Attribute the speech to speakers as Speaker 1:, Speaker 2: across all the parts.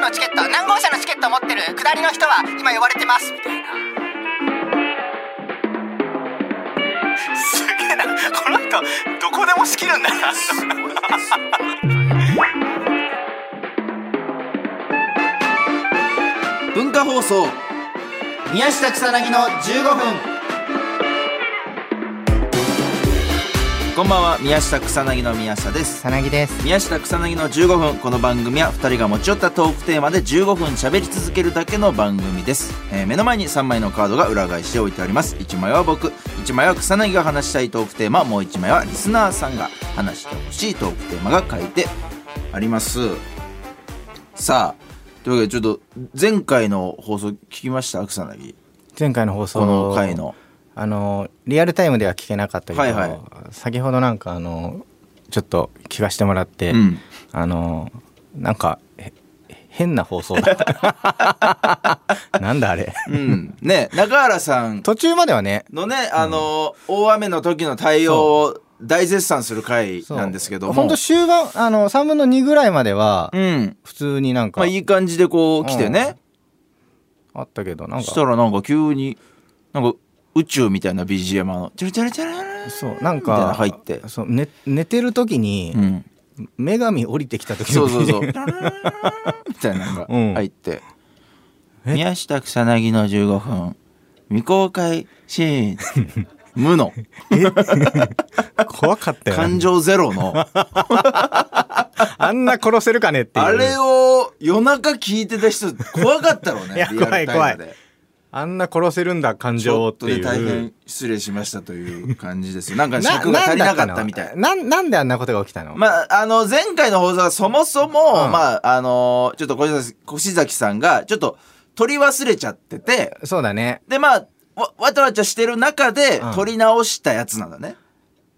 Speaker 1: のチケット何号車のチケット持ってる下りの人は今呼ばれてますみたいなすげえなこの人どこでも仕切るんだな
Speaker 2: 文化放送
Speaker 1: 宮下草薙の15分
Speaker 2: こんばんは宮下草薙の宮下です
Speaker 1: 草薙です
Speaker 2: 宮下草薙の15分この番組は2人が持ち寄ったトークテーマで15分喋り続けるだけの番組です、えー目の前に3枚のカードが裏返して置いてあります1枚は僕1枚は草薙が話したいトークテーマもう1枚はリスナーさんが話してほしいトークテーマが書いてありますさあというわけでちょっと前回の放送聞きました草薙
Speaker 3: 前回の放送
Speaker 2: この回の
Speaker 3: あのリアルタイムでは聞けなかったけど、
Speaker 2: はいはい
Speaker 3: 先ほどなんかあのちょっと聞かしてもらって、
Speaker 2: うん
Speaker 3: あのなんかへ変な放送だった なんだあれ
Speaker 2: うんね中原さん
Speaker 3: 途中まではね
Speaker 2: のね、あの大雨の時の対応を大絶賛する回なんですけども
Speaker 3: 本当終盤あの3分の2ぐらいまでは
Speaker 2: うん
Speaker 3: 普通になんか
Speaker 2: まあいい感じでこう来てね、
Speaker 3: あったけどなん
Speaker 2: した
Speaker 3: から
Speaker 2: なんか急になんか宇宙みたいな BGM のチャラチャラチャラ
Speaker 3: そうなん
Speaker 2: みたいな
Speaker 3: か
Speaker 2: 入って
Speaker 3: そう、ね、寝てる時に
Speaker 2: うん
Speaker 3: 女神降りてきた時に
Speaker 2: そうそうそうみたいなのが入って、
Speaker 3: うんえ
Speaker 2: 宮下草薙の15分未公開シーン無の
Speaker 3: 怖かったよね
Speaker 2: 感情ゼロの
Speaker 3: あんな殺せるかねっていう
Speaker 2: あれを夜中聞いてた人怖かったろうね
Speaker 3: いや
Speaker 2: リアルタイムで
Speaker 3: 怖い怖いあんな殺せるんだ感
Speaker 2: ちょ
Speaker 3: 情
Speaker 2: っ
Speaker 3: っ
Speaker 2: てと
Speaker 3: いう
Speaker 2: で大変失礼しましたという感じですよ。 なんか尺が足りなかったみたい。
Speaker 3: ななんなんであんなことが起きたの、
Speaker 2: まあ、あの、前回の放送はそもそも、
Speaker 3: うん
Speaker 2: まあ、あの、ちょっと小崎小崎さんが、ちょっと取り忘れちゃってて、
Speaker 3: そうだね
Speaker 2: で、まあ、わ、わちゃわちゃしてる中で
Speaker 3: うん、
Speaker 2: 取り直したやつなんだね。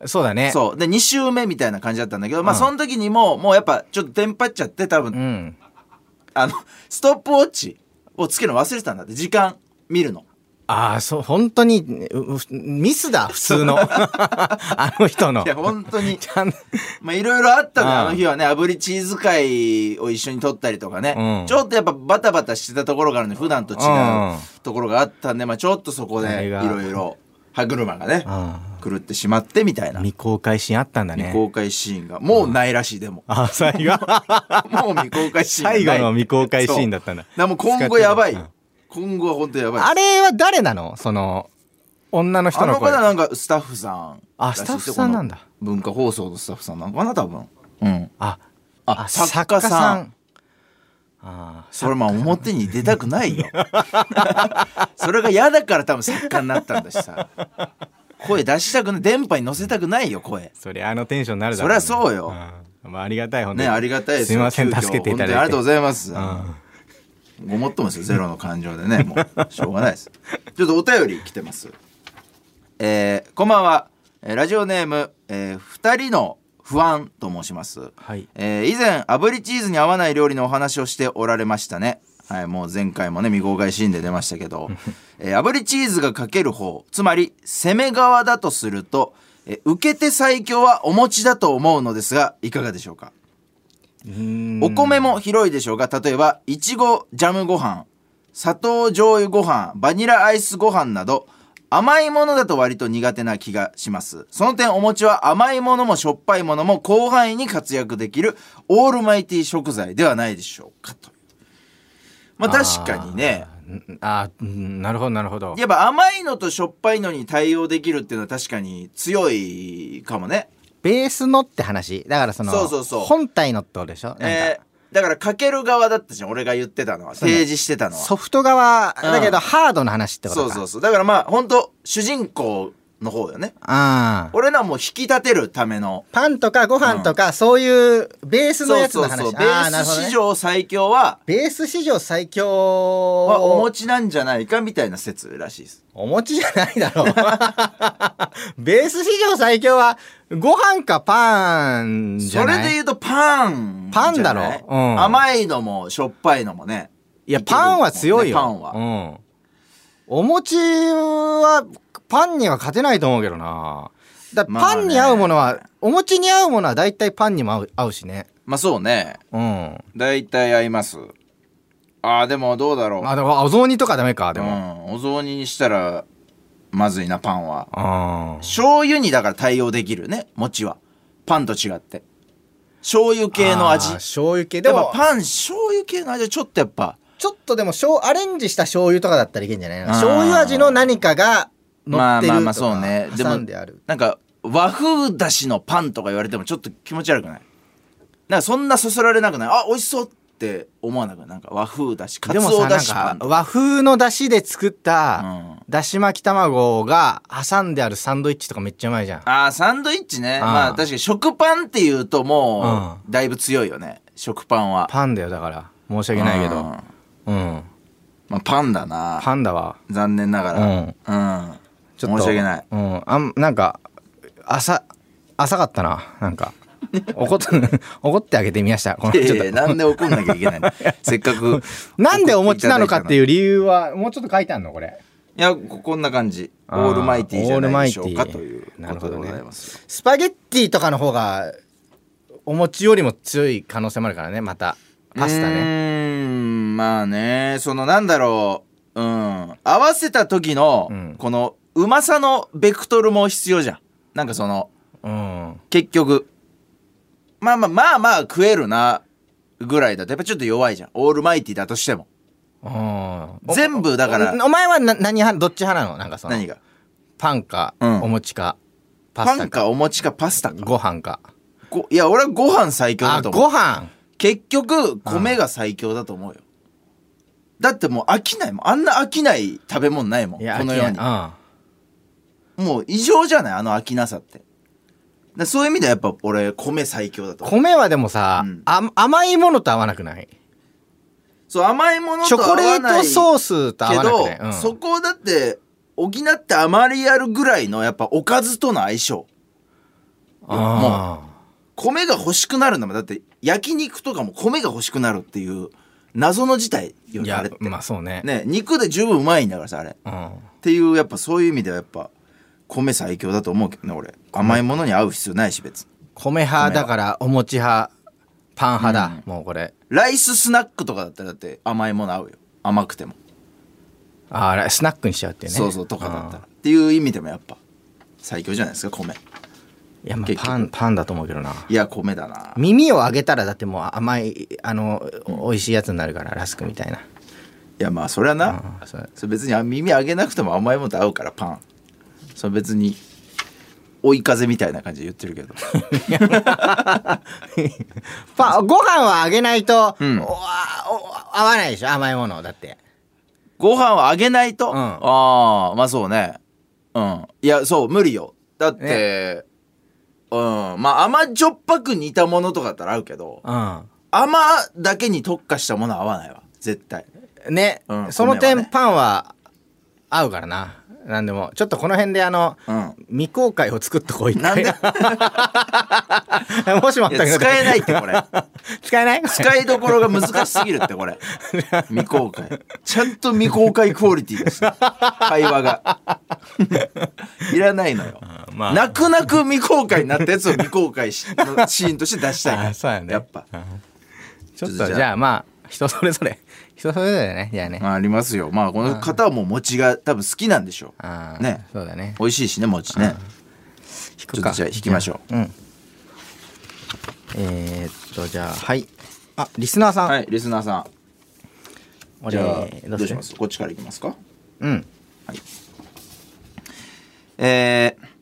Speaker 3: そうだね
Speaker 2: そう。で、2週目みたいな感じだったんだけど、まあ、
Speaker 3: うん
Speaker 2: その時にも、もうやっぱ、ちょっとテンパっちゃって、多分、
Speaker 3: ん
Speaker 2: あの、ストップウォッチをつけるの忘れてたんだって、時間見るの。
Speaker 3: ああそう本当にううミスだ普通 のあの人の
Speaker 2: いや、本当に。
Speaker 3: ちゃん
Speaker 2: まあいろいろあったのよ
Speaker 3: ああ
Speaker 2: あの日はね、炙りチーズ会を一緒に撮ったりとかね、
Speaker 3: うん
Speaker 2: ちょっとやっぱバタバタしてたところがあるので、普段と違う
Speaker 3: うん
Speaker 2: ところがあったんで、まあちょっとそこ
Speaker 3: あ
Speaker 2: でい
Speaker 3: れが
Speaker 2: ろいろ歯車がね、
Speaker 3: あ
Speaker 2: 狂ってしまってみたい
Speaker 3: あ
Speaker 2: な
Speaker 3: 未公開シーンあったんだ
Speaker 2: 未
Speaker 3: ね
Speaker 2: 公開シーンが、もうないらしい、でも。
Speaker 3: ああ最後
Speaker 2: もう未公開シーンがない
Speaker 3: 最後の未公開シーンだったんだ
Speaker 2: そうだからもう今後やばい
Speaker 3: 使って。
Speaker 2: 今後は本当やばい。
Speaker 3: あれは誰なのその女の人
Speaker 2: あ
Speaker 3: の
Speaker 2: の方
Speaker 3: 声
Speaker 2: はなんかスタッフさんら
Speaker 3: あ
Speaker 2: しい
Speaker 3: スタッフさんなんだ
Speaker 2: この文化放送のスタッフさんなのかな多分うん
Speaker 3: あ
Speaker 2: あ作家さん
Speaker 3: あ
Speaker 2: それまあ表に出たくない よそれが嫌だから多分作家になったんだしさ声出したくない電波に乗せたくないよ声
Speaker 3: そりゃあのテンションになるだろうね
Speaker 2: そりゃそうよ
Speaker 3: うんまあ、ありがたい本当
Speaker 2: ね
Speaker 3: に
Speaker 2: ありがたいです
Speaker 3: すいません
Speaker 2: 急遽
Speaker 3: 助けていただい
Speaker 2: 本当に
Speaker 3: て
Speaker 2: ありがとうございます
Speaker 3: うん
Speaker 2: ごもっともですよゼロの感情でねもうしょうがないですちょっとお便り来てますえーこんばんはえーラジオネーム、えー二人の不安と申します
Speaker 3: はい
Speaker 2: えー以前炙りチーズに合わない料理のお話をしておられましたねはいもう前回もね未公開シーンで出ましたけど、えー炙りチーズがかける方つまり攻め側だとすると、えー受け手最強はお餅だと思うのですがいかがでしょうかお米も広いでしょうが例えばいちごジャムご飯砂糖醤油ご飯バニラアイスご飯など甘いものだと割と苦手な気がしますその点お餅は甘いものもしょっぱいものも広範囲に活躍できるオールマイティ食材ではないでしょうかとまあ確かにね
Speaker 3: あーうんなるほどなるほど
Speaker 2: やっぱ甘いのとしょっぱいのに対応できるっていうのは確かに強いかもね
Speaker 3: ベースのって話だからその
Speaker 2: そうそうそう
Speaker 3: 本体のってことでしょなんか、
Speaker 2: えーだからかける側だったじゃん俺が言ってたのは
Speaker 3: うね
Speaker 2: 提示してたのは
Speaker 3: ソフト側だけ
Speaker 2: う
Speaker 3: ど、
Speaker 2: ん
Speaker 3: ハードの話ってこと
Speaker 2: そう
Speaker 3: か
Speaker 2: そう
Speaker 3: う
Speaker 2: そうだからまあ本当主人公の方よね
Speaker 3: あー
Speaker 2: 俺らもう引き立てるための
Speaker 3: パンとかご飯とか、そういうベースのやつの話
Speaker 2: ベ
Speaker 3: あー
Speaker 2: ー
Speaker 3: なるほど
Speaker 2: ス
Speaker 3: ね
Speaker 2: 史上最強は、
Speaker 3: ベース史上最強
Speaker 2: はお
Speaker 3: お
Speaker 2: 餅なんじゃないかみたいな説らしいです
Speaker 3: お餅じゃないだろう ベース史上最強はご飯かパンじ
Speaker 2: そ
Speaker 3: ゃない
Speaker 2: れで言うとパン
Speaker 3: パンだろ
Speaker 2: じゃない
Speaker 3: うん
Speaker 2: 甘いのもしょっぱいのもね
Speaker 3: いや、パンは強いよ。
Speaker 2: パンは
Speaker 3: うん。お餅は、パンには勝てないと思うけどな。だ
Speaker 2: まあ
Speaker 3: パ
Speaker 2: ね
Speaker 3: ンに合うものは、お餅に合うものは大体パンにも合う合うしね。
Speaker 2: まあそうね
Speaker 3: うん。
Speaker 2: 大体合いますあーでもどうだろう、
Speaker 3: あ、でも、お雑煮とかダメか、で
Speaker 2: う
Speaker 3: も。
Speaker 2: ん、お雑煮にしたらまずいなパンは
Speaker 3: あー
Speaker 2: 醤油にだから対応できるね餅はパンと違って醤油系の味
Speaker 3: あー醤油系。
Speaker 2: で
Speaker 3: で
Speaker 2: も
Speaker 3: も、
Speaker 2: パン醤油系の味はちょっとやっぱ
Speaker 3: ちょっとでも、醤アレンジした醤油とかだったらいけんじゃない
Speaker 2: あー
Speaker 3: 醤油味の何かが乗
Speaker 2: ま
Speaker 3: っ
Speaker 2: あ
Speaker 3: てる
Speaker 2: ま
Speaker 3: と
Speaker 2: あ
Speaker 3: か。
Speaker 2: まあそうねで
Speaker 3: 挟
Speaker 2: も
Speaker 3: んである。
Speaker 2: なんか和風だしのパンとか言われてもちょっと気持ち悪くないなんかそんなそそられなくないあ美味しそうって思わなくないなんか和風だしかつ
Speaker 3: でも
Speaker 2: お
Speaker 3: さ、
Speaker 2: だ
Speaker 3: なん
Speaker 2: しパン
Speaker 3: か
Speaker 2: とか
Speaker 3: 和風の出汁で作った、
Speaker 2: うん
Speaker 3: だし巻き卵が挟んであるサンドイッチとかめっちゃうまいじゃん。
Speaker 2: あーサンドイッチね
Speaker 3: ん
Speaker 2: まあ確かに食パンっていうともうだいぶ強いよね食パンは
Speaker 3: パンだよ、だから。申し訳ないけ
Speaker 2: うん
Speaker 3: ど。うん。
Speaker 2: まあ、パンだな
Speaker 3: パンだわ。
Speaker 2: 残念なが
Speaker 3: う
Speaker 2: ら
Speaker 3: ん。
Speaker 2: うん
Speaker 3: ち
Speaker 2: 申
Speaker 3: ょっと
Speaker 2: し訳ない
Speaker 3: うん、あんなんか浅浅かったななん か怒って怒ってあげてみましたこの
Speaker 2: い
Speaker 3: ち
Speaker 2: やい
Speaker 3: ょ
Speaker 2: や
Speaker 3: っ
Speaker 2: なんで怒んなきゃいけない のせっかく
Speaker 3: となんでお持ちなのかっていうう理由はもうちょっと書いてあんのこれ
Speaker 2: いやここんな感じオ
Speaker 3: あー
Speaker 2: ールマイティーじゃないでしょう
Speaker 3: オールマ
Speaker 2: か
Speaker 3: イティー
Speaker 2: という
Speaker 3: な
Speaker 2: こ
Speaker 3: るほ
Speaker 2: とで
Speaker 3: ど
Speaker 2: ご
Speaker 3: ね
Speaker 2: ざいます
Speaker 3: スパゲッティとかの方がお餅よりも強い可能性もあるからねまたパスタ
Speaker 2: う
Speaker 3: ね
Speaker 2: ーんまあねそのなんだろううん合わせた時の、
Speaker 3: うん
Speaker 2: このうまさのベクトルも必要じゃんなんかその
Speaker 3: うん
Speaker 2: 結局まあまあまあまあ食えるなぐらいだとやっぱちょっと弱いじゃんオールマイティーだとしても
Speaker 3: うん
Speaker 2: 全部だから
Speaker 3: おお前はな何派どっち派なのなんかその
Speaker 2: 何が
Speaker 3: パンか、
Speaker 2: うん
Speaker 3: お餅かパ
Speaker 2: パ
Speaker 3: スタ
Speaker 2: ン
Speaker 3: か
Speaker 2: かお餅かパスタか
Speaker 3: ご飯か
Speaker 2: ごいや俺はご飯最強だ
Speaker 3: あ
Speaker 2: と思う
Speaker 3: ご飯
Speaker 2: 結局米が最強だと思うよだってもう飽きないもんあんな飽きない食べ物ないもん
Speaker 3: いや
Speaker 2: この世に
Speaker 3: 飽
Speaker 2: もう異常じゃないあの飽きなさってでそういう意味ではやっぱ俺米最強だと
Speaker 3: き
Speaker 2: 思う
Speaker 3: ないうん米はでもさ、
Speaker 2: うん
Speaker 3: あ甘いものと合わなくない
Speaker 2: そう甘いもの
Speaker 3: チ
Speaker 2: と
Speaker 3: ョコレート
Speaker 2: ー
Speaker 3: ソースと合わなくね
Speaker 2: けど、そこをだって補ってあまりやるぐらいのやっぱおかずとの相性
Speaker 3: うん、も
Speaker 2: 米が欲しくなるんだもんだって焼肉とかも米が欲しくなるっていう謎の事態よ
Speaker 3: い
Speaker 2: ねあ
Speaker 3: や
Speaker 2: れって、
Speaker 3: まあそうね
Speaker 2: ね肉で十分うまいんだからさあれ
Speaker 3: うん、
Speaker 2: っていうやっぱそういう意味ではやっぱ米最強だと思うけどね俺甘いものに合う必要ないし別に
Speaker 3: 米派だからお餅派パン派だ、もうこれ
Speaker 2: ライススナックとかだったらだって甘いもの合うよ甘くても、
Speaker 3: ああれスナックにしちゃうっていうね
Speaker 2: そうそうとかだったら
Speaker 3: うん
Speaker 2: っていう意味でもやっぱ最強じゃないですか米
Speaker 3: いやまあ
Speaker 2: 結局
Speaker 3: パンパンだと思うけどない
Speaker 2: や米だな
Speaker 3: 耳をあげたらだってもう甘いあの、美味しいやつになるからラスクみたい
Speaker 2: い
Speaker 3: な、
Speaker 2: やまあそれはな、
Speaker 3: うん そう
Speaker 2: それ別にあ耳上げなくても甘いものと合うからパンそれ別に追い風みたいな感じで言ってるけど
Speaker 3: パンご飯はあげないと、
Speaker 2: うん
Speaker 3: おあお合わないでしょ甘いものだって
Speaker 2: ご飯をあげないと、
Speaker 3: うん
Speaker 2: ああまあそうねうんいやそう無理よだって、うんまあ甘じょっぱく似たものとかだったら合うけど
Speaker 3: うん
Speaker 2: 甘だけに特化したものは合わないわ絶対
Speaker 3: ね、
Speaker 2: うん
Speaker 3: その
Speaker 2: 米は
Speaker 3: 点
Speaker 2: ね
Speaker 3: パンは合うからななんでもちょっとこの辺であの、
Speaker 2: うん
Speaker 3: 未公開を作っとこう一
Speaker 2: なんで
Speaker 3: 回 もしもあっ
Speaker 2: いや
Speaker 3: たけど
Speaker 2: 使えないってこれ
Speaker 3: 使えない
Speaker 2: 使いどころが難しすぎるってこれ未公開ちゃんと未公開クオリティだし会話がいらないのよ、
Speaker 3: まあ
Speaker 2: 泣く泣く未公開になったやつを未公開しのシーンとして出したいから
Speaker 3: あそうやね
Speaker 2: やっぱ
Speaker 3: ちょっ
Speaker 2: ちょっ
Speaker 3: と
Speaker 2: と
Speaker 3: じ
Speaker 2: じ
Speaker 3: ゃあまあ人それぞれ人それぞれだねじゃあね、
Speaker 2: まあ、ありますよまあこの方はもう餅が多分好きなんでしょう
Speaker 3: あー
Speaker 2: ね
Speaker 3: そうだね
Speaker 2: 美味しいしね餅ね
Speaker 3: 引
Speaker 2: ちょっとじゃあ引きましょ
Speaker 3: ううんえー、っとじゃあはいあリスナーさん、
Speaker 2: はいリスナーさん
Speaker 3: 俺
Speaker 2: じゃあ
Speaker 3: ど
Speaker 2: ど
Speaker 3: う
Speaker 2: う
Speaker 3: し
Speaker 2: し
Speaker 3: ま
Speaker 2: ますすこっちからいきますか
Speaker 3: うん
Speaker 2: えー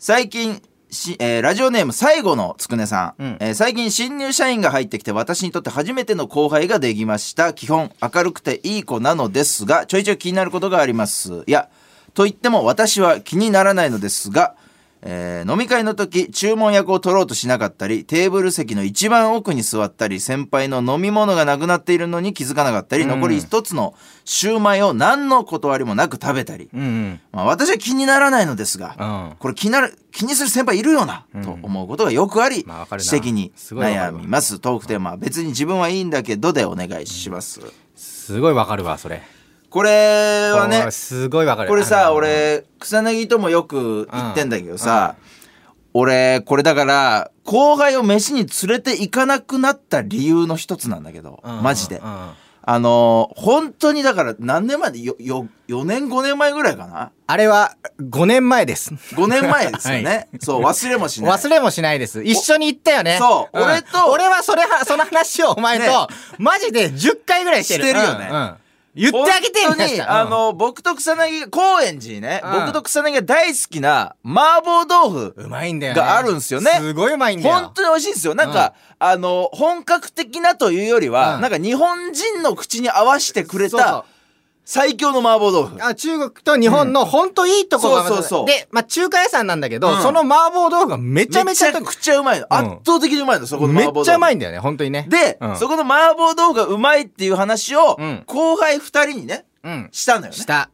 Speaker 2: 最近し、えーラジオネーム最後のつくねさん、
Speaker 3: うん
Speaker 2: えー最近新入社員が入ってきて私にとって初めての後輩ができました基本明るくていい子なのですがちょいちょい気になることがありますいやと言っても私は気にならないのですが、えー飲み会の時注文役を取ろうとしなかったりテーブル席の一番奥に座ったり先輩の飲み物がなくなっているのに気づかなかったり、残り一つのシューマイを何の断りもなく食べたり、
Speaker 3: うんうん
Speaker 2: まあ、私は気にならないのです
Speaker 3: うん
Speaker 2: が、これ気になる気にする先輩いるよな、と思うことがよくあり、
Speaker 3: まあわかるな
Speaker 2: 指摘に
Speaker 3: すごいわかるわ
Speaker 2: 悩みますトークテーマは別に自分はいいんだけどでお願いします、
Speaker 3: すごいわかるわそれ
Speaker 2: これはね
Speaker 3: おーすごいわかる
Speaker 2: これ
Speaker 3: あ
Speaker 2: さ
Speaker 3: のー
Speaker 2: 俺草薙ともよく言ってんだけどさ、俺これだから後輩を飯に連れて行かなくなった理由の一つなんだけど、
Speaker 3: うん
Speaker 2: マジで、
Speaker 3: うんうん
Speaker 2: あのー本当にだから何年前でよよ4年5年前ぐらいかな
Speaker 3: あれは5年前です。
Speaker 2: 5年前ですよね、
Speaker 3: はい
Speaker 2: そう忘れもしない
Speaker 3: 忘れもしないです。一緒に行ったよね。
Speaker 2: そうん俺と
Speaker 3: 俺はそれは、その話をお前と、
Speaker 2: ね
Speaker 3: マジで10回ぐらいしてる。
Speaker 2: してるよね
Speaker 3: うんうん言ってあげて
Speaker 2: 本当
Speaker 3: み
Speaker 2: に、
Speaker 3: たいな
Speaker 2: あ、の、僕と草薙が、高円寺にね、
Speaker 3: うん
Speaker 2: 僕と草薙が大好きな麻婆豆
Speaker 3: うん
Speaker 2: 腐
Speaker 3: うまいんだよ、ね。
Speaker 2: があるんすよね
Speaker 3: すごいうまいんだよ。
Speaker 2: 本当に美味しいんですよ。なんか、あの、本格的なというよりは、
Speaker 3: うん
Speaker 2: なんか日本人の口に合わせてくれ
Speaker 3: そうそう
Speaker 2: た最強の麻婆豆腐。
Speaker 3: あ中国と日本の本当いいとこが、
Speaker 2: そうそうそう
Speaker 3: で、まあ、中華屋さんなんだけど、
Speaker 2: うん
Speaker 3: その麻婆豆腐がめちゃめちゃ
Speaker 2: くちゃうまいの。
Speaker 3: うん
Speaker 2: 圧倒的にうまいの、そこの麻
Speaker 3: め
Speaker 2: 婆豆腐。
Speaker 3: っちゃうまいんだよね本当にね
Speaker 2: で、
Speaker 3: うん
Speaker 2: そこの麻婆豆腐がうまいっていう話を、
Speaker 3: うん
Speaker 2: 後輩二人にね、
Speaker 3: うん
Speaker 2: したのよね
Speaker 3: し。た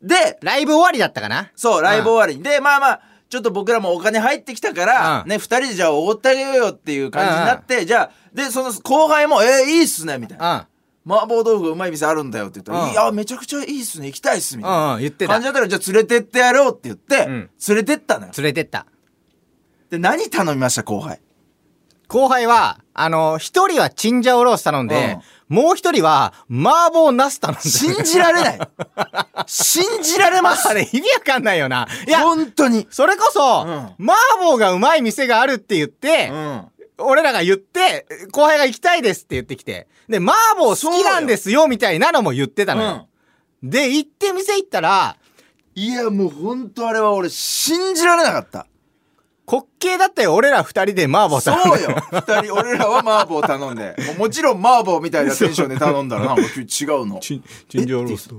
Speaker 2: で、
Speaker 3: ライブ終わりだったかな
Speaker 2: そう、ライブ終わりに。で、まあまあ、ちょっと僕らもお金入ってきたから、
Speaker 3: うん
Speaker 2: ね、二人でじゃあおごってあげようよっていう感じになって、じゃあ、で、その後輩も、えー、いいっすね、みたいな。
Speaker 3: うん
Speaker 2: 麻婆豆腐がうまい店あるんだよって言ったら、
Speaker 3: うん
Speaker 2: いや、めちゃくちゃいいっすね、行きたいっす、みたいな。
Speaker 3: うんうん言ってた
Speaker 2: 感じだったら、じゃあ連れてってやろうって言って、
Speaker 3: うん
Speaker 2: 連れてったのよ。
Speaker 3: 連れてった
Speaker 2: で、何頼みました、後輩。
Speaker 3: 後輩はあの一人はチンジャオロース頼んで、もう一人は麻婆ナス頼んで
Speaker 2: 信じられ ない。信じられます。
Speaker 3: あれ意味わかんないよないや
Speaker 2: 本当に。
Speaker 3: それこそ、
Speaker 2: うん
Speaker 3: 麻婆がうまい店があるって言って、
Speaker 2: ん。
Speaker 3: 俺らが言って、後輩が行きたいですって言ってきて、で、麻婆好きなんですよみたいなのも言ってたのよ。で、行って店行ったら、
Speaker 2: いや、もう本当あれは俺、信じられなかった。
Speaker 3: 滑稽だったよ、俺ら二人で麻婆
Speaker 2: そ
Speaker 3: 頼んで
Speaker 2: うよ二人俺らは麻婆頼んでもうもちろん麻婆みたいなテンションで頼んだらな んか急に違うの
Speaker 3: チン、チンジャオロースと。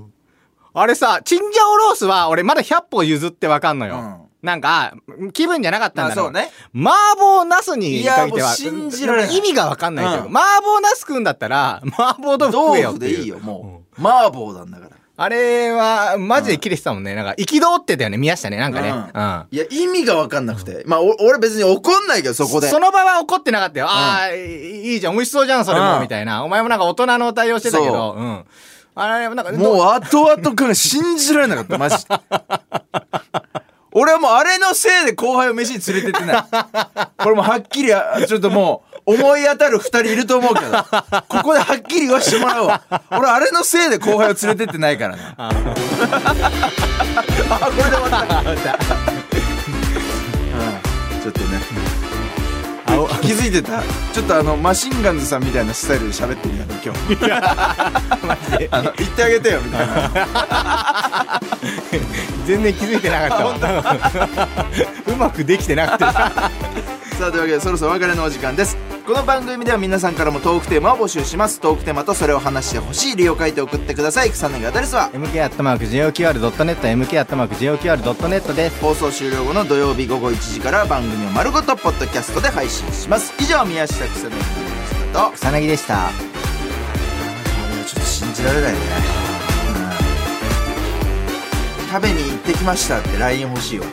Speaker 3: あれさ、チンジャオロースは俺まだ100歩譲ってわかんのよ。
Speaker 2: うん
Speaker 3: なんか、気分じゃなかったん
Speaker 2: ま
Speaker 3: だ
Speaker 2: あそ
Speaker 3: ろ
Speaker 2: うね
Speaker 3: 麻婆ナスに限っ
Speaker 2: い
Speaker 3: て
Speaker 2: やも
Speaker 3: は
Speaker 2: う信じられない
Speaker 3: 意味がわかんないけ
Speaker 2: う
Speaker 3: ど、麻婆ナスくんだったら麻婆豆腐食
Speaker 2: 豆
Speaker 3: えよっ
Speaker 2: 腐
Speaker 3: て
Speaker 2: で
Speaker 3: いう
Speaker 2: いいよもう麻婆なんだから
Speaker 3: あれはマジで切れてたもんね、なんか憤ってたよね宮下ねなんかね、
Speaker 2: う
Speaker 3: うんん
Speaker 2: いや意味が分かんなくてまあお俺別に怒んないけどそこで
Speaker 3: その場は怒ってなかったよ、ああいいじゃん美味しそうじゃんそれも、
Speaker 2: うん
Speaker 3: みたいなお前もなんか大人の対応してたけどうんあれなんか
Speaker 2: もう
Speaker 3: ど
Speaker 2: 後々から信じられなかったマジ で俺はもうあれのせいで後輩を飯に連れてってないこれもうはっきりあちょっともう思い当たる2人いると思うけどここではっきり言わしてもらおう俺あれのせいで後輩を連れてってないからな あこれで終わったうんちょっとね
Speaker 3: 青
Speaker 2: 気づいてたちょっとあのマシンガンズさんみたいなスタイルで喋ってるやん今日 あの言ってあげてよみたいな
Speaker 3: 全然気づいてなかったわ うまくできてな かった
Speaker 2: さあというわけでそろそろお別れのお時間ですこの番組では皆さんからもトークテーマを募集しますトークテーマとそれを話してほしい理由を書いて送ってください草薙アドレスは
Speaker 3: MK アットマーク JOQR.net MK アットマーク JOQR.net です
Speaker 2: 放送終了後の土曜日午後1時から番組を丸ごとポッドキャストで配信します以上宮下草薙でしたとこ
Speaker 3: 草薙でした
Speaker 2: れはちょっと信じられないね、うん食べに行ってきましたって LINE 欲しいわ